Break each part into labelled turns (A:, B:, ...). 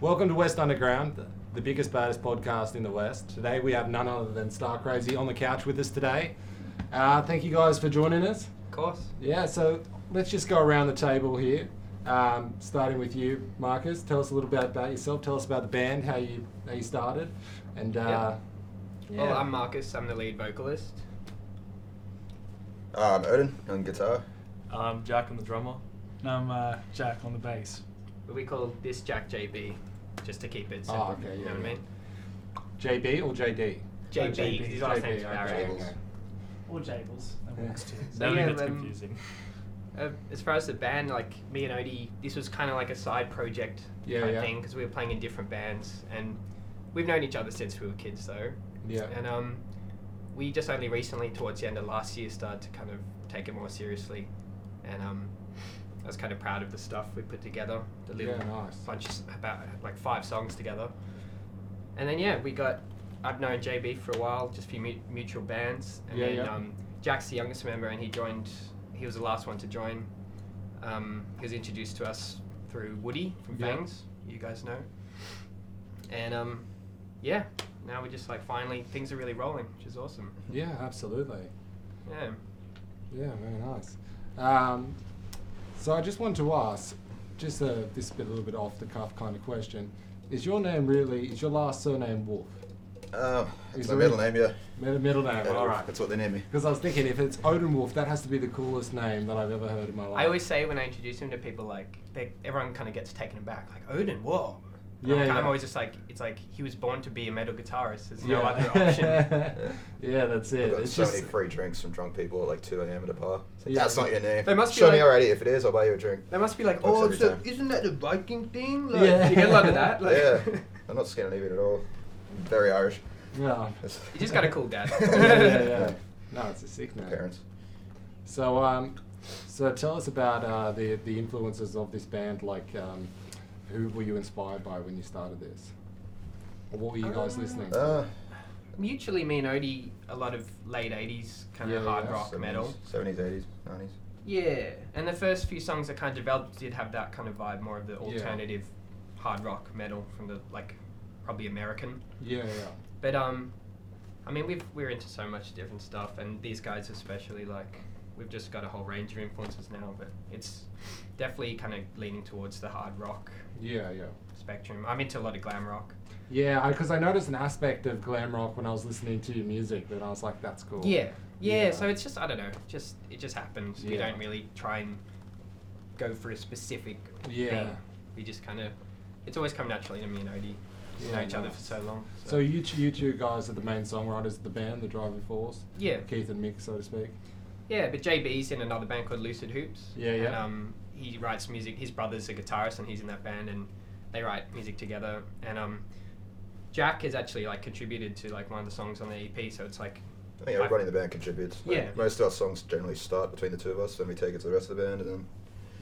A: Welcome to West Underground, the- the biggest, baddest podcast in the West. Today we have none other than Star Crazy on the couch with us today. Uh, thank you guys for joining us.
B: Of course.
A: Yeah, so let's just go around the table here. Um, starting with you, Marcus. Tell us a little bit about yourself. Tell us about the band, how you how you started, and uh, yeah.
B: Well, I'm uh, Marcus. I'm the lead vocalist.
C: Um, Odin on guitar.
D: I'm Jack, I'm the drummer.
E: And I'm uh, Jack on the bass.
B: But we call this Jack JB, just to keep it simple.
A: Oh, okay,
B: you
A: yeah,
B: know what I
A: yeah.
B: mean?
A: JB or JD.
B: JB,
E: JB,
B: 'cause his last
A: JB,
B: name's Barry.
C: okay.
E: Or Jables. That
A: Yeah.
E: works too.
B: So
D: That
B: yeah,
D: gets
B: um,
D: confusing.
B: Uh, as far as the band, like me and Odie, this was kind of like a side project
A: Yeah,
B: kind
A: yeah.
B: of thing because we were playing in different bands and we've known each other since we were kids though.
A: Yeah.
B: And um, we just only recently, towards the end of last year, started to kind of take it more seriously. And um, I was kind of proud of the stuff we put together. The little
A: Yeah, nice.
B: bunch of s- about like five songs together. And then yeah, we got. I've known JB for a while, just few mu- mutual bands, and
A: Yeah,
B: then
A: yeah.
B: Um, Jack's the youngest member, and he joined. He was the last one to join. Um, he was introduced to us through Woody from
A: Yeah.
B: Bangs, you guys know. And um, yeah, now we're just like finally things are really rolling, which is awesome.
A: Yeah, absolutely.
B: Yeah.
A: Yeah, very nice. Um, so I just wanted to ask, just a, this bit a little bit off the cuff kind of question: Is your name really? Is your last surname Wolf?
C: Um,
A: Is
C: it's my
A: there
C: middle
A: any-
C: name, yeah.
A: Middle, middle name,
C: Yeah,
A: all right.
C: That's what they name me.
A: Because I was thinking, if it's Odin Wolf, that has to be the coolest name that I've ever heard in my life.
B: I always say when I introduce him to people, like they, everyone kind of gets taken aback, like Odin, whoa. And
A: Yeah,
B: I'm,
A: yeah.
B: I'm always just like, it's like he was born to be a metal guitarist. There's
A: yeah.
B: no other option.
A: yeah, that's
C: I've
A: it.
C: got
A: It's
C: so
A: just
C: many free drinks from drunk people at like 2 a.m. at a bar. It's like,
A: Yeah.
C: That's not your name.
B: They must be
C: Show me
B: like-
C: already. If it is, I'll buy you a drink.
B: They must be like,
C: Works
B: oh,
C: every
B: so
C: time.
B: isn't that the Viking thing? Like,
A: Yeah.
B: you get a lot of that. Like,
C: Yeah. I'm not Scandinavian at all. I'm very Irish.
A: yeah.
C: It's-
B: You just got a cool dad.
A: yeah, yeah, yeah. No, it's a sick
C: My
A: name.
C: parents.
A: So, um, so tell us about uh, the the influences of this band. Like, um, who were you inspired by when you started this? Or what were you guys
B: Um,
A: listening to?
C: Uh,
B: Mutually, me and Odie, a lot of late 80s kind
A: Yeah,
B: of hard
A: yeah.
B: rock
C: 70s,
B: metal.
C: 70s, 80s, 90s.
B: Yeah. And the first few songs I kind of developed did have that kind of vibe, more of the alternative hard rock metal from the, like, probably American.
A: yeah, yeah,
B: But, um, I mean, we've, we're into so much different stuff, and these guys especially, like, we've just got a whole range of influences now, but it's definitely kind of leaning towards the hard rock
A: yeah, yeah.
B: spectrum. I'm into a lot of glam rock.
A: Yeah, because I, noticed an aspect of glam rock when I was listening to your music that I was like, that's cool.
B: Yeah. yeah,
A: Yeah.
B: So it's just I don't know. Just it just happens. We
A: Yeah.
B: don't really try and go for a specific
A: Yeah.
B: thing. We just kind of it's always come naturally to me and Odie. We
A: Yeah,
B: know each other
A: nice.
B: for so long. So,
A: So you two, you two guys are the main songwriters of the band, the driving force.
B: yeah,
A: Keith and Mick, so to speak.
B: yeah. But JB's in another band called Lucid Hoops.
A: Yeah,
B: And,
A: yeah.
B: um, he writes music. His brother's a guitarist, and he's in that band, and they write music together. And um, Jack has actually like contributed to like one of the songs on the EP. So it's like
C: I think everybody in the band contributes. Like,
B: Yeah.
C: Most of our songs generally start between the two of us, then we take it to the rest of the band, and then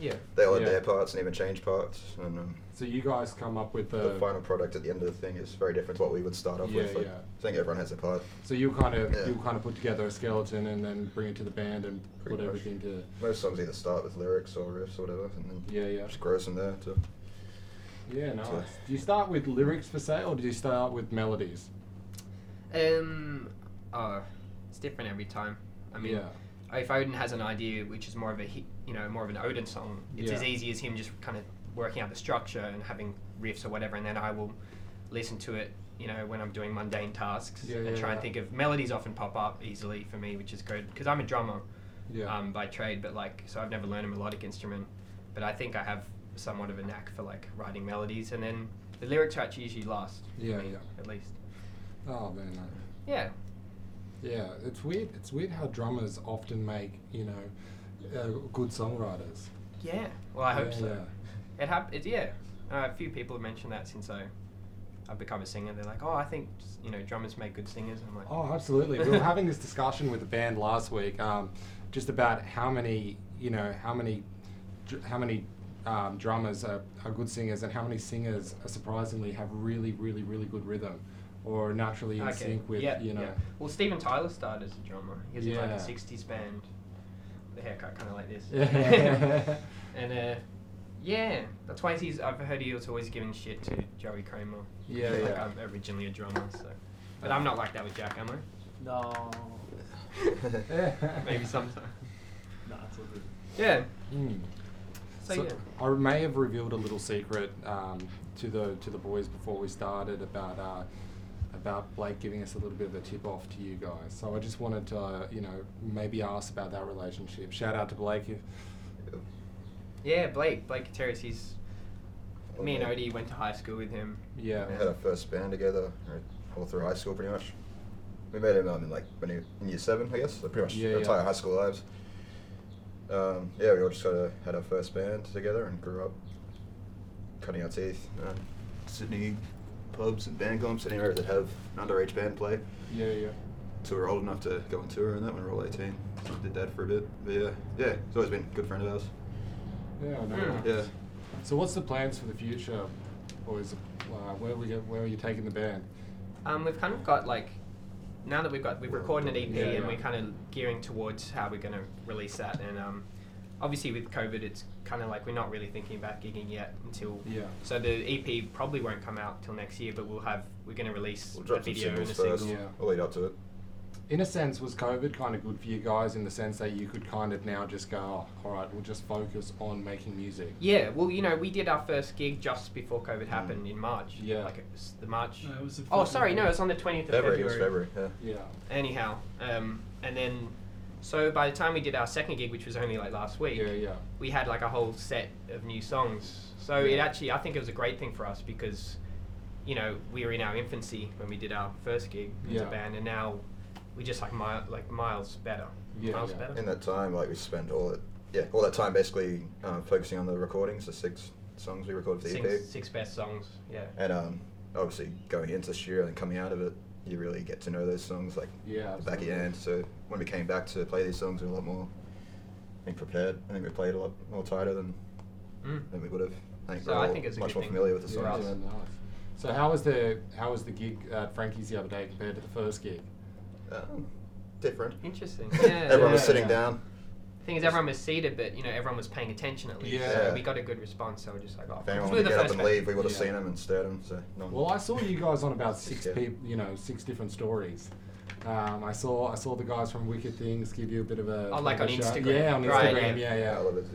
B: yeah,
C: they all add
A: Yeah.
C: their parts and even change parts. And um,
A: So you guys come up with
C: the
A: the.
C: final product at the end of the thing is very different to what we would start off
A: Uh, Yeah,
C: with. Like,
A: yeah.
C: I think everyone has a part.
A: so you kind of
C: Yeah.
A: you kind of put together a skeleton and then bring it to the band and
C: Pretty
A: put
C: much.
A: everything to.
C: Most songs either start with lyrics or riffs or whatever, and then
A: Yeah, yeah.
C: just grows from there. To
A: Yeah, nice.
C: So-
A: Do you start with lyrics per se, or do you start with melodies?
B: Um, oh, it's different every time. I mean,
A: yeah,
B: if Odin has an idea which is more of a hi- you know more of an Odin song, it's
A: Yeah.
B: as easy as him just kind of working out the structure and having riffs or whatever, and then I will listen to it. You know, when I'm doing mundane tasks
A: Yeah, yeah,
B: and try
A: yeah.
B: and think of melodies, often pop up easily for me, which is good because I'm a drummer
A: yeah,
B: um, by trade, but like so I've never learned a melodic instrument, but I think I have somewhat of a knack for like writing melodies, and then the lyrics are actually usually last. for
A: yeah,
B: me,
A: yeah.
B: At least,
A: Oh man, no.
B: yeah,
A: yeah. It's weird. It's weird how drummers often make you know uh, good songwriters.
B: yeah. Well, I hope
A: Yeah,
B: so.
A: yeah.
B: It hap- it yeah. Uh, a few people have mentioned that since I, I've become a singer. They're like, oh, I think you know drummers make good singers. I'm like,
A: Oh, absolutely. we were having this discussion with the band last week, um, just about how many, you know, how many, dr- how many um, drummers are, are good singers, and how many singers are surprisingly have really, really, really good rhythm, or naturally in
B: okay.
A: sync with,
B: yeah,
A: you know.
B: yeah. Well, Steven Tyler started as a drummer. He was in like
A: Yeah.
B: a '60s band. The haircut kind of like this.
A: Yeah.
B: and uh, Yeah, that's why he's. I've heard he was always giving shit to Joey Kramer.
A: Yeah,
B: like
A: yeah.
B: I'm originally a drummer, so. But I'm not like that with Jack, am
E: No.
A: Yeah.
B: I? Maybe sometime.
E: No, it's all good.
B: Yeah.
A: Mm.
B: So, yeah.
A: I may have revealed a little secret um, to the to the boys before we started about uh, about Blake giving us a little bit of a tip off to you guys. So I just wanted to uh, you know maybe ask about that relationship. Shout out to Blake. If,
B: Yeah, Blake. Blake Terrace. He's. Me and Odie went to high school with him.
A: yeah.
C: We had our first band together right, all through high school, pretty much. We met him um, in like when he, in year seven, I guess. So pretty much
A: Yeah,
C: our
A: yeah.
C: entire high school lives. Um, yeah, we all just kind of had our first band together and grew up, cutting our teeth, uh, Sydney pubs and band comps, anywhere that have an underage band play.
A: Yeah. Yeah.
C: So we were old enough to go on tour and that when we were all 18. So we did that for a bit. But yeah, yeah, he's always been a good friend of ours.
A: Yeah. I know.
B: Mm.
C: Yeah.
A: So what's the plans for the future, boys? Uh, where we go- where are you taking the band?
B: Um, we've kind of got like, now that we've got we've recorded an EP
A: Yeah,
B: and
A: yeah.
B: we're kind of gearing towards how we're going to release that. And um, obviously with COVID, it's kind of like we're not really thinking about gigging yet until.
A: Yeah.
B: So the EP probably won't come out till next year, but we'll have we're going to release
C: We'll
B: a
C: drop some
B: video and
C: singles
B: a
C: first.
B: single.
A: Yeah.
C: We'll lead up to it.
A: In a sense, was COVID kind of good for you guys in the sense that you could kind of now just go, oh, all right, we'll just focus on making music.
B: Yeah, well, you know, we did our first gig just before
C: Mm.
B: COVID happened in March.
A: Yeah.
B: Like it was the March.
E: No, it was the
B: oh,
E: first
B: sorry,
E: of
B: no,
E: March.
B: it's on the 20th of February.
C: February, it was February, yeah.
A: Yeah.
B: Anyhow, um, and then, so by the time we did our second gig, which was only like last week,
A: Yeah. Yeah.
B: we had like a whole set of new songs. So it
A: Yeah.
B: actually, I think it was a great thing for us because, you know, we were in our infancy when we did our first gig as a
A: Yeah.
B: band, and now we just like mi- like miles better.
A: Yeah,
B: miles
A: yeah.
B: better.
C: in that time, like we spent all that, yeah, all that time basically um, focusing on the recordings, the six songs we recorded for the EP,
B: six, six best songs. Yeah.
C: and um, obviously going into the studio and coming out of it, you really get to know those songs like
A: Yeah.
C: the back of your
A: absolutely.
C: hand. So when we came back to play these songs, we were a lot more, I think, prepared. I think we played a lot more tighter than,
B: Mm.
C: than we would have. I think
B: So
C: we're
B: I
C: all
B: think it's a
C: much
B: good
C: more
B: thing
C: familiar with the
A: Yeah,
C: songs.
A: yeah, nice. So how was the how was the gig at Frankie's the other day compared to the first gig?
C: Um, different.
B: Interesting. Yeah.
C: Everyone was
A: yeah,
C: sitting
A: yeah.
C: down.
B: thing is, everyone was seated, but you know, everyone was paying attention at least.
A: Yeah.
B: So we got a good response. So we're just like, oh,
C: If anyone
B: we're
C: would
B: the
C: get up
B: first
C: and
B: band.
C: leave, we would have
A: Yeah.
C: seen them and stared them. So no one-
A: Well, I saw you guys on about six
C: Yeah.
A: people, you know, six different stories. Um, I saw I saw the guys from Wicked Things give you a bit of a
B: Oh, like
A: bit of
B: on
A: a shout-
B: Instagram.
A: Yeah, on Instagram.
B: Right,
A: yeah,
C: Yeah,
A: yeah.
C: all of it is-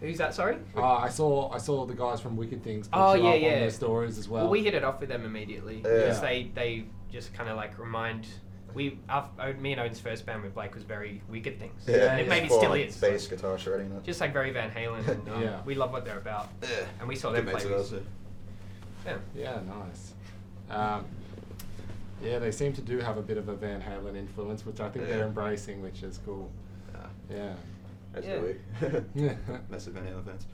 B: Who's that? Sorry.
A: Uh, I saw I saw the guys from Wicked Things. put
B: Oh,
A: you
B: yeah,
A: up On
B: yeah.
A: their stories as well.
B: Well, we hit it off with them immediately
C: Yeah.
B: because they they just kind of like remind we our, Owen- me and Owen's first band with Blake was very Wicked Things.
C: Yeah,
A: Yeah,
B: and
A: yeah.
B: maybe
C: Four,
B: still
C: like,
B: is.
C: Bass, guitar, shredding. that.
B: Just like very Van Halen, and um,
A: Yeah.
B: we love what they're about.
C: Yeah.
B: And we saw them play. with- Yeah.
A: Yeah, nice. Um, yeah, they seem to do have a bit of a Van Halen influence, which I think
C: Yeah.
A: they're embracing, which is cool. Yeah.
C: That's
B: Yeah.
C: yeah. Massive Van Halen fans.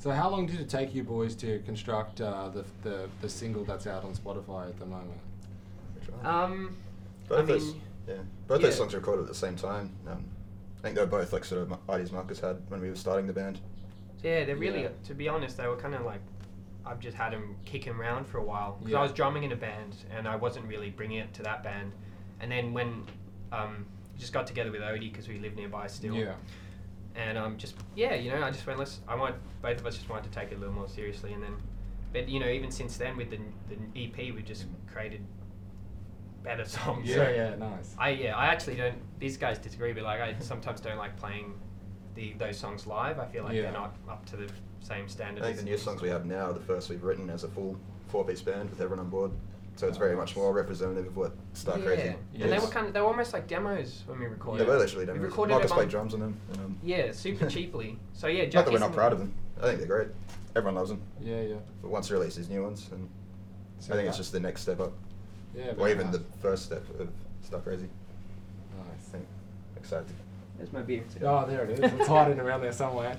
A: So how long did it take you boys to construct uh, the, the the single that's out on Spotify at the moment?
C: Which one?
B: Um,
C: both
B: I
C: those,
B: mean,
C: yeah, both
B: yeah.
C: those songs were recorded at the same time. Um, I think they were both like sort of m- ideas Marcus had when we were starting the band.
B: yeah, they're really.
A: Yeah.
B: To be honest, they were kind of like. I've just had them kicking around for a while because
A: Yeah.
B: I was drumming in a band and I wasn't really bringing it to that band. And then when um, just got together with Odie because we live nearby still.
A: Yeah.
B: and um, just yeah, you know, I just went. Let's. I want both of us just wanted to take it a little more seriously, and then, but you know, even since then with the the EP, we just created better songs.
A: Yeah,
B: So,
A: yeah, nice.
B: I yeah, I actually don't. These guys disagree, but like I sometimes don't like playing the those songs live. I feel like
A: Yeah.
B: they're not up to the same
C: I
B: standard.
C: think
B: as
C: the new songs we have now are the first we've written as a full four-piece band with everyone on board. So it's very much
A: Nice.
C: more representative of what Star
B: yeah.
C: Crazy.
B: and they
A: Yes.
B: were kind of they were almost like demos when we recorded.
C: They were literally demos.
B: We recorded
C: Marcus
B: them
C: played
B: on-
C: drums on them. And, um,
B: Yeah, super cheaply. So yeah,
C: Not that
B: Jackie's
C: we're not proud of them. I think they're great. Everyone loves them.
A: Yeah, yeah.
C: But once we release these new ones, and I think it's just the next step up,
A: yeah,
C: or
A: very
C: even
A: nice.
C: the first step of Star Crazy. I
A: Nice.
C: think excited.
B: There's my beer. too.
A: Oh, there it is. It's hiding around there somewhere.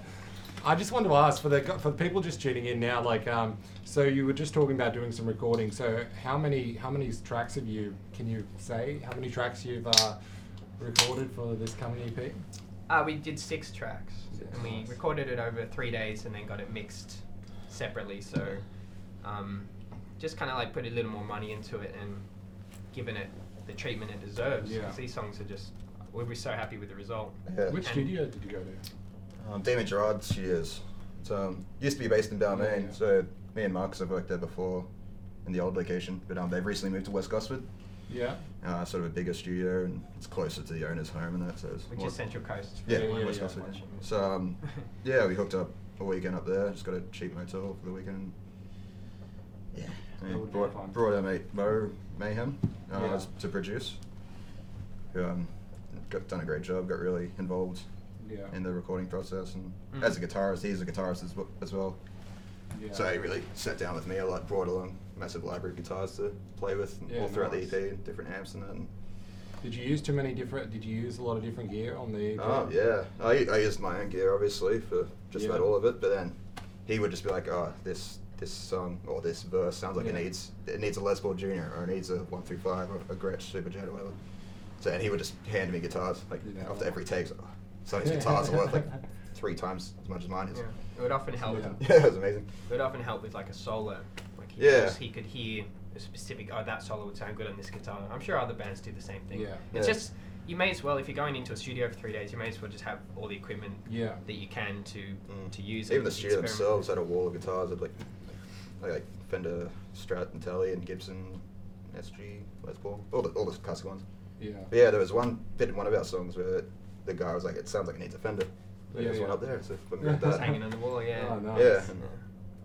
A: I just wanted to ask for the gu- for the people just tuning in now. Like, um, so you were just talking about doing some recording. So how many how many tracks have you? Can you say how many tracks you've uh, recorded for this coming E EP?
B: Uh, we did six tracks,
A: Six.
B: and we
A: Nice.
B: recorded it over three days, and then got it mixed separately. So, um, just kind of like put a little more money into it and given it the treatment it deserves. 'cause
A: Yeah.
B: These songs are just we were so happy with the result.
C: Yeah.
A: Which
B: And-
A: studio did you go to?
C: Um, Damon Gerard Studios. It's, um, used to be based in Balmain,
A: Yeah.
C: so me and Marcus have worked there before in the old location, but um, they've recently moved to West Gosford,
A: Yeah.
C: uh, sort of a bigger studio, and it's closer to the owner's home and that, so it's
B: Which
C: more-
B: is Central Coast.
C: Yeah,
A: Yeah, yeah,
C: West
A: yeah.
C: Gosford. So um, yeah, we hooked up a weekend up there. Just got a cheap motel for the weekend. Yeah, I
A: That
C: mean,
A: would be fun.
C: brought, brought our mate Mo Mayhem uh,
A: Yeah.
C: to produce. Who um, got done a great job. Got really involved
A: Yeah.
C: in the recording process, and
B: Mm.
C: as a guitarist, he's a guitarist as, w- as well.
A: yeah.
C: So he really sat down with me a lot, brought along a massive library of guitars to play with and
A: Yeah,
C: all throughout
A: nice.
C: the EP, and different amps and that. And,
A: Did you use too many different? Did you use a lot of different gear on the? E EP?
C: Oh yeah, I, I used my own gear obviously for just
A: Yeah.
C: about all of it, but then he would just be like, "Oh, this this song or this verse sounds like
A: Yeah.
C: it needs it needs a Les Paul Junior or it needs a one three five or a Gretsch Superjet or whatever." So and he would just hand me guitars like
A: Yeah.
C: after every take. So, so his guitars are worth like three times as much as mine is.
B: Yeah. It would often help.
A: Yeah.
C: Yeah, it was amazing.
B: It would often help with like a solo. Like he,
C: Yeah.
B: knows he could hear a specific. Oh, that solo would sound good on this guitar. I'm sure other bands do the same thing.
A: Yeah.
B: It's
C: Yeah.
B: just you may as well if you're going into a studio for three days, you may as well just have all the equipment
A: Yeah.
B: that you can to
C: Mm.
B: to use.
C: Even
B: and
C: the studio
B: experiment.
C: themselves had a wall of guitars. Had like like, like Fender, Strat, and Tele, and Gibson, SG, Les Paul, all the all the classic ones.
A: Yeah.
C: But yeah, there was one bit in one of our songs where the guy was like, "It sounds like it needs a fender."
A: Yeah,
C: There's one
A: yeah.
C: up there, so we grabbed
B: It's
C: that.
B: hanging on the wall. Yeah.
A: Oh, nice.
C: Yeah.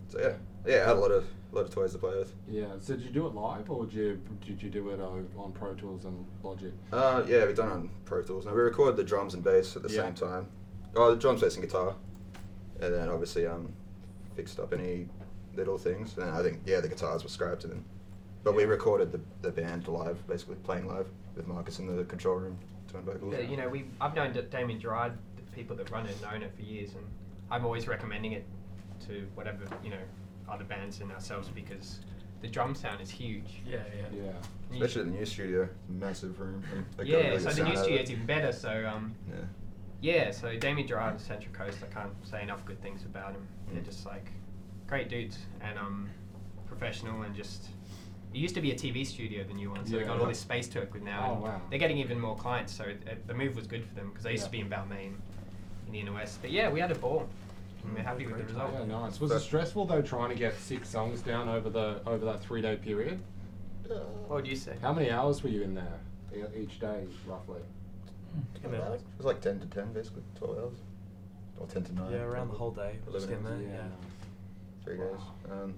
C: So yeah, yeah, I had a lot of lot of toys to play with.
A: Yeah. So did you do it live, or did you did you do it uh, on Pro Tools and Logic?
C: Uh, yeah, we done it on Pro Tools. Now we recorded the drums and bass at the
A: Yeah.
C: same time. Oh, the drums, bass, and guitar, and then obviously um, fixed up any little things. And I think yeah, the guitars were scrapped and then, but we
A: Yeah.
C: recorded the, the band live, basically playing live with Marcus in the control room doing vocals.
B: Yeah, you know, we I've known D- Damien Gerard, the people that run it, known it for years, and I'm always recommending it to whatever you know other bands and ourselves because the drum sound is huge.
E: Yeah, yeah.
A: Yeah.
B: You-
C: Especially the new studio, massive room. and they got
B: yeah,
C: really
B: so
C: good
B: the new
C: sound out of it.
B: studio is even better. So um,
C: Yeah.
B: yeah, so Damien Gerard of Central Coast, I can't say enough good things about him. They're
C: Mm.
B: just like great dudes and um, professional and just. It used to be a TV studio, the new one, so they
A: Yeah.
B: got all this space to work with now.
A: Oh,
B: and
A: wow.
B: They're getting even more clients, so it, it- the move was good for them because they used
A: Yeah.
B: to be in Balmain in the inner west. But yeah, we had a ball. And we're
C: Mm,
B: happy with the
C: great.
B: result.
A: Yeah, nice. Was
C: So-
A: it stressful though trying to get six songs down over the over that three day period?
B: What would you say?
A: How many hours were you in there e- each day, roughly?
D: Come here, Alex.
C: It was like 10 to 10, basically, 12 hours. Or 10 to 9.
D: Yeah, around the whole day. Just
C: Eleven
A: Uh,
D: in there.
C: hours.
D: Yeah.
C: Three days. Um,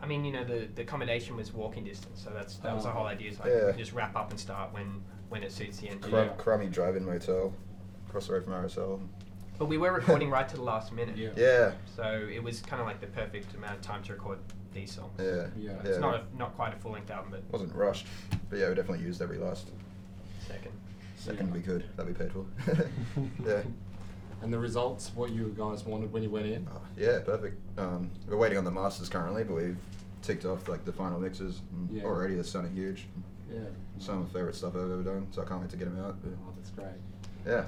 B: I mean, you know, the, the accommodation was walking distance, so that's that was the
A: Oh.
B: whole idea. Is like
C: Yeah.
B: we just wrap up and start when when it suits the engine.
C: crumb,
A: Yeah.
C: Crummy drive in motel, across the road from RSL.
B: But we were recording right to the last minute.
A: Yeah.
C: Yeah,
B: So it was kind of like the perfect amount of time to record these songs.
C: yeah.
A: Yeah.
B: It's not a, not quite a full length album, but
C: wasn't rushed, but yeah, we definitely used every last
B: second.
C: second
A: Yeah.
C: we could that we paid for. yeah.
A: And the results, what you guys wanted when you went in?
C: Uh, yeah, perfect. Um, we're waiting on the masters currently, but we've ticked off like the final mixes and
A: Yeah.
C: already. They're sounding huge.
A: Yeah.
C: Some of my favorite stuff I've ever done, so I can't wait to get them out.
A: Oh,
C: But
A: that's great.
C: yeah,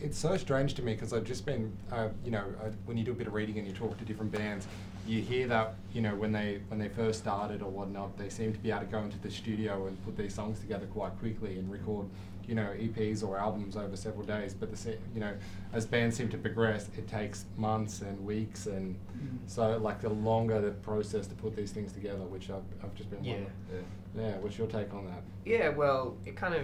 A: It's so strange to me because I've just been, uh, you know, I, when you do a bit of reading and you talk to different bands, you hear that, you know, when they when they first started or whatnot, they seem to be able to go into the studio and put these songs together quite quickly and record, you know, EPs or albums over several days. But the se- you know, as bands seem to progress, it takes months and weeks and
E: Mm.
A: so like the longer the process to put these things together, which I've, I've just been
B: Yeah.
A: wondering.
C: yeah.
A: Yeah, what's your take on that?
B: Yeah, well, it kind of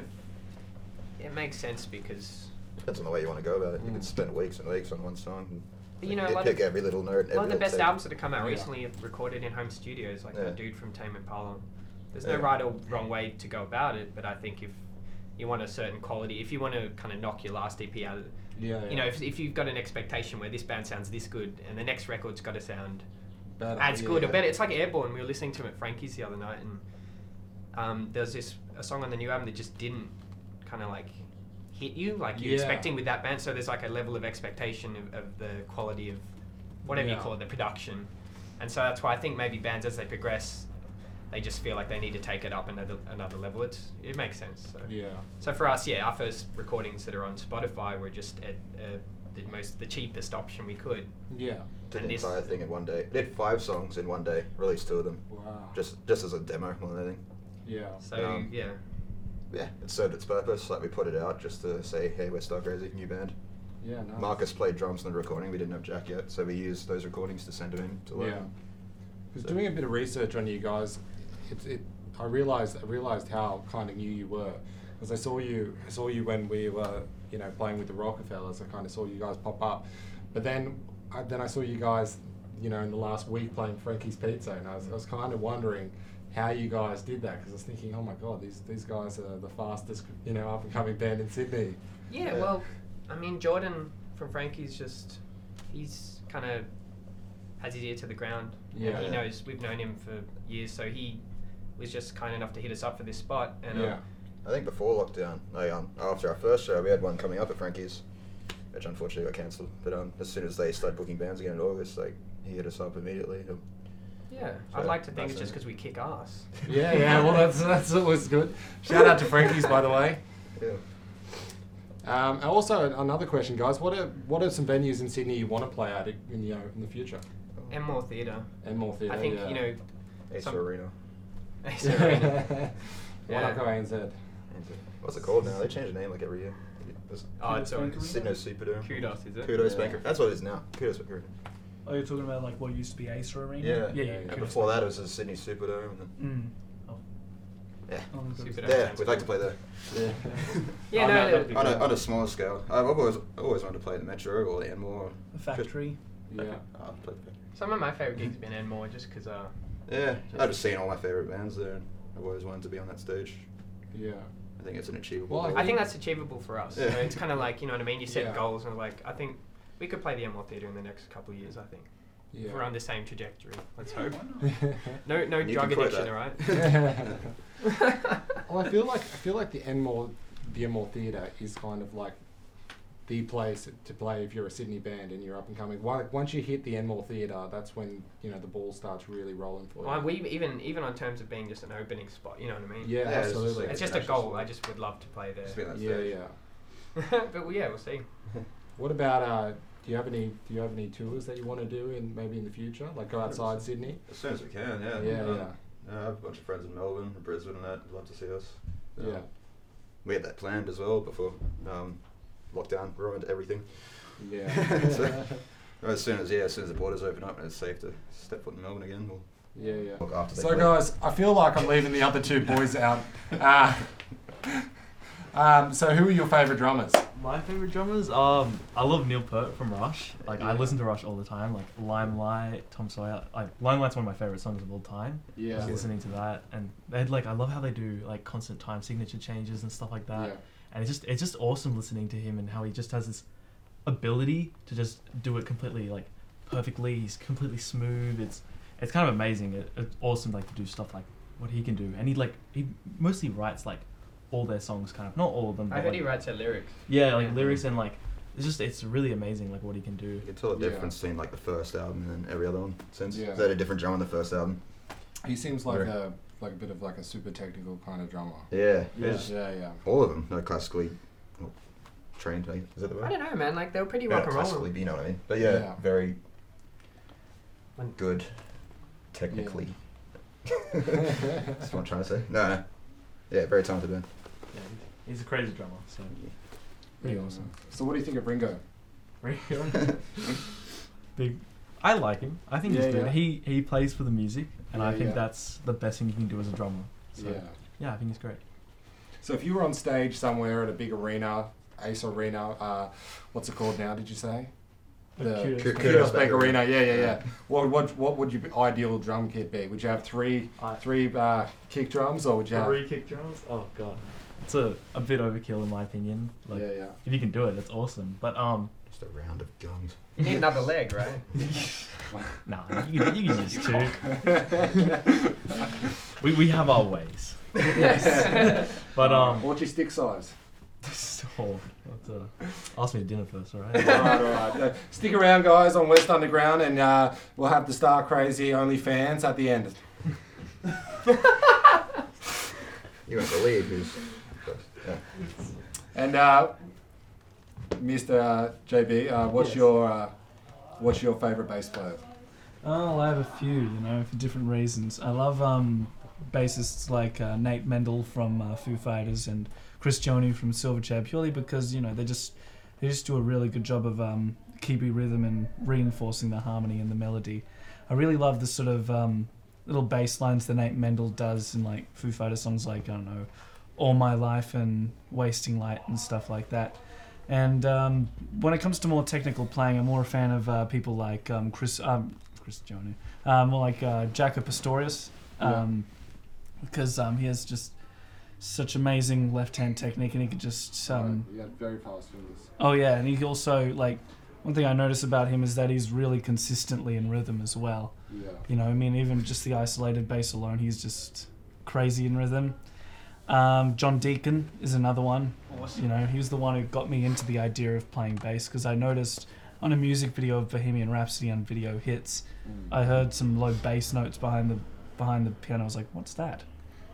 B: it makes sense because
C: Depends on the way you want to go about it. You
A: Mm.
C: can spend weeks and weeks on one song. And
B: But you know, a lot
C: pick
B: of-
C: every little
B: a
C: note.
B: lot of the
C: every little
B: best
C: take.
B: albums that have come out
A: Yeah.
B: recently have recorded in home studios, like
C: Yeah.
B: that dude from Tame Impala. There's no
C: Yeah.
B: right or wrong way to go about it, but I think if you want a certain quality, if you want to kind of knock your last EP out of
A: Yeah,
B: you know, if, if you've got an expectation where this band sounds this good and the next record's got to sound
A: Better,
B: as
A: yeah,
B: good or
A: yeah.
B: better, it's like Airborne. We were listening to him at Frankie's the other night, and um, there's this a song on the new album that just didn't kind of like hit you like you're
A: Yeah.
B: expecting with that band. So there's like a level of expectation of, of the quality of whatever
A: Yeah.
B: you call it, the production. And so that's why I think maybe bands as they progress, they just feel like they need to take it up another another level. It's it makes sense. So.
A: yeah.
B: So for us, yeah, our first recordings that are on Spotify were just at uh, the most the cheapest option we could.
A: Yeah.
C: Did
B: And
C: the
B: this-
C: entire thing in one day. Did five songs in one day. Released two of them.
A: Wow.
C: Just just as a demo more than anything.
A: yeah.
B: So
C: Um,
B: yeah,
C: Yeah, it served its purpose. Like we put it out just to say, hey, we're Star Crazy, new band.
A: Yeah, nice.
C: Marcus played drums in the recording. We didn't have Jack yet, so we used those recordings to send him in to learn.
A: Yeah. Because
C: So-
A: doing a bit of research on you guys, it, it I realized I realized how kind of new you were, because I saw you I saw you when we were you know playing with the Rockefellers. I kind of saw you guys pop up, but then I, then I saw you guys you know in the last week playing Frankie's Pizza, and I was, I was kind of wondering how you guys did that because I was thinking, oh my god, these these guys are the fastest you know up and coming band in Sydney.
B: Yeah,
C: Yeah.
B: well, I mean, Jordan from Frankie's just, he's kind of has his ear to the ground. and
A: Yeah.
B: he knows, we've known him for years, so he was just kind enough to hit us up for this spot. And
A: yeah,
B: um,
C: I think before lockdown, no, um, after our first show, we had one coming up at Frankie's, which unfortunately got cancelled. But um, as soon as they started booking bands again in August, like he hit us up immediately. He'll-
B: yeah,
C: So,
B: I'd like to think
C: that's
B: it's just
C: it.
B: because we kick ass.
A: yeah, yeah. Well, that's that's always good. Shout out to Frankie's, by the way.
C: Yeah.
A: Um, and also another question, guys. What are what are some venues in Sydney you want to play at in you know in the future?
B: And more theatre.
A: And more theatre.
B: I think,
A: yeah.
B: you know,
C: Acer
B: Some-
C: Arena.
B: Ace Arena.
A: Why
B: Yeah.
A: not go ANZ?
C: What's it called now? They change the name like every year. It's
B: Oh, it's alright.
C: Sydney Superdome.
B: Kudos, is it?
C: Kudos
A: Yeah.
C: Banker. That's what it is now. Kudos Banker. Arena.
E: Oh, you're talking about like what used to be Acer Arena?
C: Yeah.
E: Yeah,
A: Yeah,
E: yeah.
A: yeah.
C: And
E: Kudos.
C: before that, it was the Sydney Superdome. And
E: Mm. Oh,
B: Mm.
C: yeah.
E: oh my goodness.
B: Superdome.
C: There, we'd like to play there.
A: Yeah.
B: Yeah,
A: Oh,
B: no,
A: that'd be
C: on, a,
A: good.
C: on a smaller scale. I've always, always wanted to play the Metro or the Enmore.
E: A factory.
A: Yeah.
C: Oh, I've played the Factory.
B: Some of my favourite gigs have been Enmore just because uh,
C: Yeah, I've just seen all my favourite bands there. and I've always wanted to be on that stage.
A: Yeah.
C: I think it's an achievable
A: Well,
C: goal.
B: I think that's achievable for us.
C: Yeah.
B: You know, it's kind of like, you know what I mean? You set
A: Yeah.
B: goals and like, I think we could play the Enmore Theatre in the next couple of years, I think.
A: Yeah.
B: If we're on the same trajectory, let's hope.
A: well,
B: No, no
C: You can
B: drug
C: quit
B: addiction,
C: that.
B: alright?
A: I feel like I feel like the Enmore the Enmore Theatre is kind of like the place to play if you're a Sydney band and you're up and coming. Wa- Once you hit the Enmore Theatre, that's when you know the ball starts really rolling for you.
B: Well, we even even on terms of being just an opening spot, you know what I mean?
A: yeah,
C: Yeah, it's just
A: absolutely.
C: like-
B: It's just a
C: International
B: goal. I
C: sport.
B: just would love to play
C: Just be
B: there.
C: on that
A: yeah,
C: stage.
A: yeah.
B: but well, yeah, we'll see.
A: What about uh, do you have any do you have any tours that you want to do in maybe in the future? Like go outside Sydney?
C: As soon as we can, yeah.
A: Yeah,
C: Um,
A: yeah.
C: yeah, I have a bunch of friends in Melbourne and Brisbane and that. would Love to see us. Um,
A: Yeah.
C: We had that planned as well before um, lockdown ruined everything.
A: Yeah.
C: So- As soon as yeah, as soon as the borders open up and it's safe to step foot in Melbourne again, we'll
A: yeah, yeah.
C: look after they
A: So
C: play.
A: guys, I feel like I'm leaving the other two boys out. Uh, um, so who are your favourite drummers?
D: My favorite drummers, um, I love Neil Peart from Rush. Like I
A: Yeah.
D: listen to Rush all the time. Like Limelight, Tom Sawyer. Like Limelight's one of my favorite songs of all time. I was listening to that, and they like I love how they do like constant time signature changes and stuff like that.
A: Yeah.
D: And it's just it's just awesome listening to him and how he just has this ability to just do it completely like perfectly. He's completely smooth. It's it's kind of amazing. It, it's awesome like to do stuff like what he can do. And he like he mostly writes like all their songs kind of not all of them.
B: I
D: but,
B: heard
D: like-
B: he writes her lyrics.
D: yeah, like
B: Yeah.
D: lyrics and like it's just it's really amazing like what he can do.
C: you can tell the
A: Yeah.
C: difference between like the first album and then every other one since.
A: Yeah.
C: Is that a different drum on the first album?
A: He seems like
C: Very-
A: a like a bit of like a super technical kind of drummer.
C: Yeah.
D: Yeah.
C: it's just-
A: Yeah, yeah.
C: all of them are classically well, trained. I- Is that the word?
B: I don't know, man. Like they were pretty
C: Yeah,
B: rock and
C: classically,
B: roll.
C: but you know what I mean. But yeah,
A: Yeah.
C: very
B: When-
C: good, technically. That's what I'm trying to say. No, no. Yeah, very talented man.
D: Yeah, he's a crazy drummer. So pretty awesome.
A: So what do you think of Ringo?
D: Big. I like him. I think
A: Yeah,
D: he's good.
A: yeah.
D: He he plays for the music, and I
A: Yeah,
D: think
A: yeah.
D: that's the best thing you can do as a drummer. So,
A: Yeah.
D: yeah, I think he's great.
A: So if you were on stage somewhere at a big arena, Ace Arena, uh, what's it called now? Did you say? The
D: Kudos
C: Ku-
D: Bank
A: Kudos
C: Kudos
A: Bank
C: Bank Arena.
A: Arena. Yeah, yeah, yeah.
C: Yeah.
A: What, what, what would your ideal drum kit be? Would you have three,
D: I-
A: three uh, kick drums, or would you have?
D: Three kick drums. Oh god, it's a, a bit overkill in my opinion. Like
A: yeah, yeah.
D: if you can do it, that's awesome. But um,
C: Just a round of guns.
B: You need another leg, right?
D: nah, you can, you can use two. We we have our ways. But um,
A: What's your stick size?
D: so, that's a, ask me to dinner first, all
A: all right,
D: right?
A: all right. Uh, stick around, guys, on West Underground, and uh, we'll have the Star Crazy Only fans at the end.
C: You won't believe who's. Yeah.
A: And uh, Mr. JB, uh, what's
E: Yes.
A: your uh, what's your favourite bass player?
E: Oh, I have a few, you know, for different reasons. I love um, bassists like uh, Nate Mendel from uh, Foo Fighters and Chris Joni from Silverchair purely because you know they're just They just do a really good job of um, keeping rhythm and reinforcing the harmony and the melody. I really love the sort of um, little bass lines that Nate Mendel does in like Foo Fighters songs like I don't know, All My Life and Wasting Light and stuff like that. And um, when it comes to more technical playing, I'm more a fan of uh, people like um, Chris um, Chris Jonu, um, more like uh, Jaco Pastorius, um, because um, he has just such amazing left hand technique, and he could just um,
A: you got very fast fingers.
E: Oh yeah, and he also like one thing I notice about him is that he's really consistently in rhythm as well.
A: Yeah.
E: You know, I mean, even just the isolated bass alone, he's just crazy in rhythm. Um, John Deacon is another one. You know, he was the one who got me into the idea of playing bass because I noticed on a music video of Bohemian Rhapsody on Video Hits, Mm. I heard some low bass notes behind the behind the piano. I was like, "What's that?"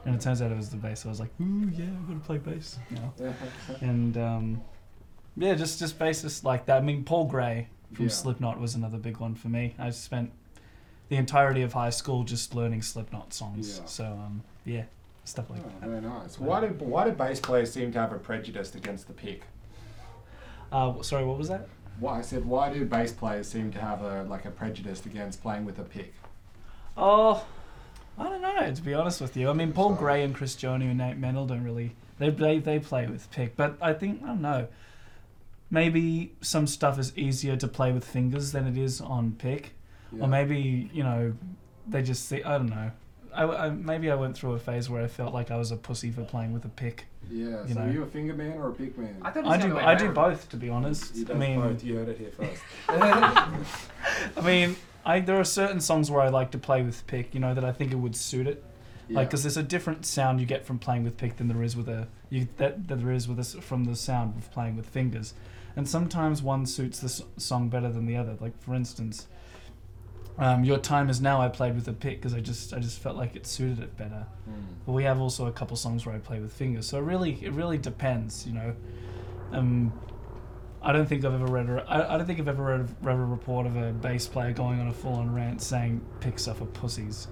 E: And it turns out it was the bass. I was like, "Ooh, yeah, I'm gonna play bass." You know? and um, yeah, just just bassists like that. I mean, Paul Gray from
A: Yeah.
E: Slipknot was another big one for me. I spent the entirety of high school just learning Slipknot songs.
A: Yeah.
E: So um, yeah, stuff like
A: Oh,
E: that.
A: very nice. Why do why do bass players seem to have a prejudice against the pick?
E: Uh, sorry, what was that?
A: Why I said why do bass players seem to have a like a prejudice against playing with a pick?
E: Oh, I don't know. To be honest with you, I mean Paul Gray and Chris Jonu and Nate Mendel don't really they they they play with pick, but I think I don't know. Maybe some stuff is easier to play with fingers than it is on pick,
A: Yeah.
E: or maybe you know they just see. I don't know. I, I- maybe I went through a phase where I felt like I was a pussy for playing with a pick.
A: Yeah.
E: you
A: so
E: know.
A: are you a finger man or a pick man?
B: I thought it was
E: I
B: the other
E: do.
B: way
E: I do
B: around.
E: both, to be honest.
A: He
E: I
A: does
E: mean,
A: both. You heard it here first.
E: I mean, I there are certain songs where I like to play with pick. You know that I think it would suit it. Like 'cause there's a different sound you get from playing with pick than there is with a you that, that there is with us from the sound of playing with fingers, and sometimes one suits the s- song better than the other. Like for instance, um, your time is now. I played with a pick because I just I just felt like it suited it better.
A: Hmm.
E: But we have also a couple songs where I play with fingers, so it really it really depends, you know. Um, I don't think I've ever read a, I, I don't think I've ever read, a- read a report of a bass player going on a full on rant saying pick stuff are pussies.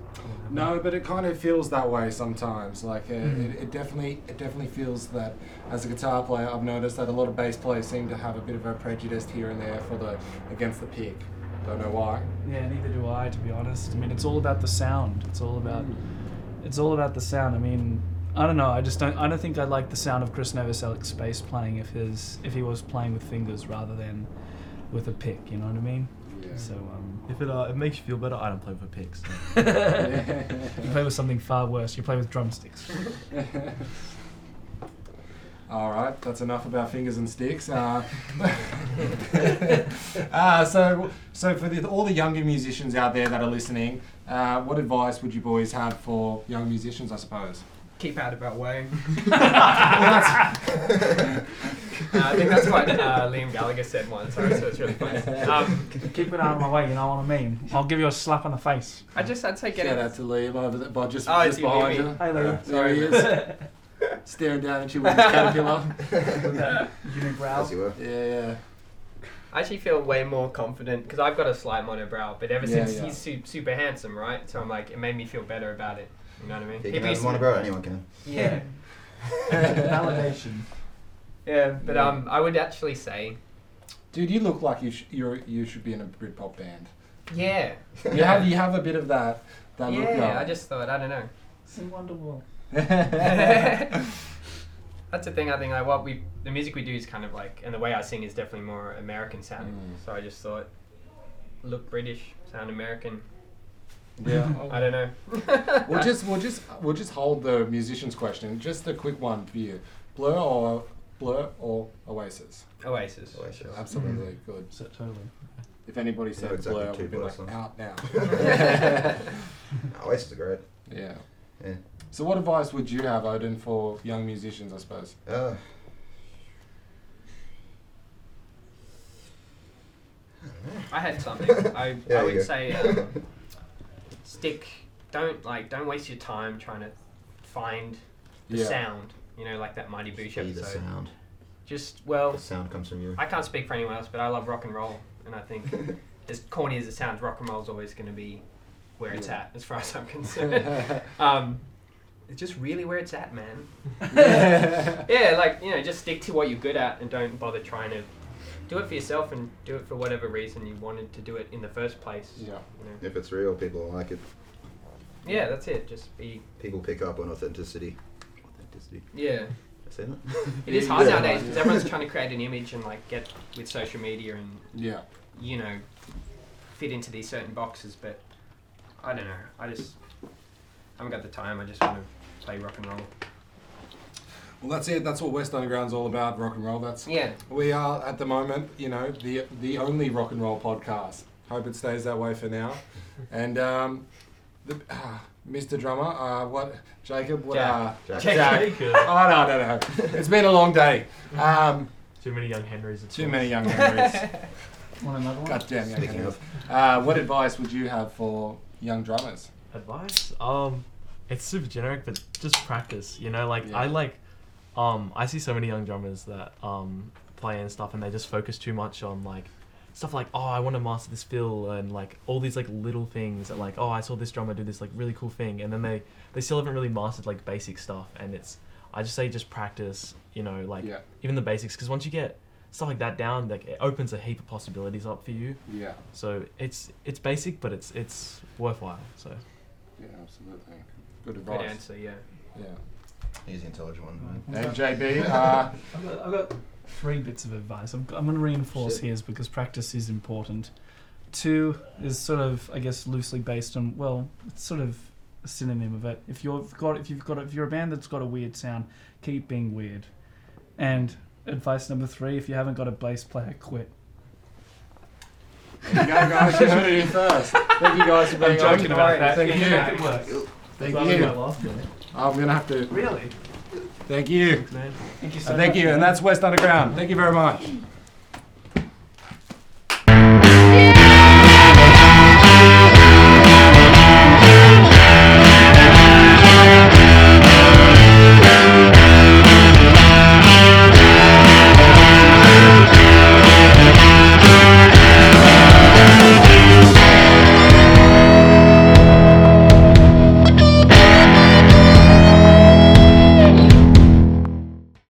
A: No, but it kind of feels that way sometimes. Like uh, it, it definitely, it definitely feels that as a guitar player, I've noticed that a lot of bass players seem to have a bit of a prejudice here and there for the against the pick. Don't know why.
E: Yeah, neither do I, to be honest. I mean, it's all about the sound. It's all about, it's all about the sound. I mean, I don't know. I just don't. I don't think I like the sound of Chris Novoselic's bass playing if his if he was playing with fingers rather than with a pick. You know what I mean?
A: Yeah.
E: So um,
D: If it uh, it makes you feel better, I don't play with picks.
E: you play with something far worse. You play with drumsticks.
A: All right, that's enough about fingers and sticks. Uh, uh, so, so for the, all the younger musicians out there that are listening, uh, what advice would you boys have for young musicians? I suppose.
B: Keep out of our way. Uh, I think that's what uh, Liam Gallagher said once. so it's really funny. Um,
E: Keep it out of my way. You know what I mean? I'll give you a slap on the face.
B: I just I'd say get
A: Shout
B: it.
A: out to Liam over there, but just,
B: Oh,
A: just
B: it's you,
A: behind
B: me.
A: her.
E: Hey, Liam.
A: There he is, staring down at you with his caterpillar.
C: As you were.
A: Yeah,
B: I actually feel way more confident because I've got a slight monobrow, but ever
A: Yeah,
B: since
A: yeah.
B: he's su- super handsome, right? So I'm like, it made me feel better about it. You know what I mean?
C: He
B: If
C: can have
B: he's-
C: one about anyone can.
B: Yeah,
E: Validation.
B: yeah. But
A: Yeah.
B: um, I would actually say,
A: dude, you look like you sh- you're, you should be in a Britpop band.
B: yeah,
A: You have you have a bit of that that look.
B: yeah.
A: going.
B: I just thought, I don't know.
E: Sing Wonderwall.
B: That's the thing. I think like what we, the music we do is kind of like, and the way I sing is definitely more American sounding.
A: Mm.
B: So I just thought, look British, sound American.
A: yeah.
B: I don't know.
A: We'll just we'll just we'll just hold the musicians question. Just a quick one for you. Blur or Blur or Oasis?
B: Oasis.
C: Oasis.
A: Absolutely good.
D: so totally.
A: If anybody said
C: exactly
A: Blur,
C: two
A: we'd be
C: Blur
A: like
C: songs.
A: out now.
C: No, Oasis are great.
A: yeah.
C: Yeah.
A: So what advice would you have, Odin, for young musicians? I suppose.
C: Uh,
B: I had something. I,
C: Yeah,
B: I
C: you go.
B: would say um, stick. Don't like. Don't waste your time trying to find the
A: yeah.
B: sound. You know, like that Mighty Boosh
C: be the
B: episode. Oh.
C: sound.
B: Just
C: The
B: well,
C: sound comes from you.
B: I can't speak for anyone else, but I love rock and roll, and I think as corny as it sounds, rock and roll's always going to be where it's at, as far as I'm concerned. um, it's just really where it's at, man. yeah, like you know, just stick to what you're good at, and don't bother trying to do it for yourself and do it for whatever reason you wanted to do it in the first place.
A: Yeah.
B: You know?
C: If it's real, people will like it.
B: Yeah, that's it. Just be.
C: People pick up on authenticity. Authenticity.
B: Yeah.
C: Did I say that?
B: It is hard
A: Yeah.
B: nowadays because everyone's trying to create an image and like get with social media and
A: Yeah.
B: you know fit into these certain boxes. But I don't know. I just I haven't got the time. I just want to play rock and roll.
A: Well, that's it. That's what West Underground's all about, rock and roll. That's
B: Yeah.
A: we are at the moment. You know, the the only rock and roll podcast. Hope it stays that way for now. And um, the, ah, Mr. Drummer, uh, what Jacob? What?
B: Jack.
A: Uh,
C: Jack.
A: Jack. Oh no, no, no! It's been a long day. Um,
D: Too many young Henrys. of
A: too
D: course.
A: many young memories.
E: Want another one?
A: God damn young
C: Speaking
A: memories.
C: of.
A: Uh, what advice would you have for young drummers?
D: advice um it's super generic but just practice you know like
A: Yeah.
D: i like um i see so many young drummers that um play and stuff and they just focus too much on like stuff like oh i want to master this fill and like all these like little things that like oh i saw this drummer do this like really cool thing and then they they still haven't really mastered like basic stuff and it's i just say just practice you know like
A: Yeah.
D: even the basics because once you get stuff like that down like it opens a heap of possibilities up for you
A: Yeah,
D: so it's it's basic but it's it's worthwhile so
A: yeah, absolutely. Good
B: Good
A: advice.
B: answer. Yeah.
A: Yeah.
C: He's the intelligent one.
A: And JB, uh,
E: I've got, I've got three bits of advice. I'm, I'm going to reinforce
C: Shit.
E: his because practice is important. Two is sort of, I guess, loosely based on well, it's sort of a synonym of it. If you've got, if you've got, if you're a band that's got a weird sound, keep being weird. And advice number three: if you haven't got a bass player, quit.
A: there you go, guys. You heard it here first. Thank you guys for being on.
E: joking about that.
A: Thank
E: Yeah,
A: you.
E: it works.
A: Thank you. I'm gonna have to.
E: Really?
A: Thank you.
D: man
E: Thank you so
A: Thank
E: much.
A: you, and that's West Underground. Thank you very much.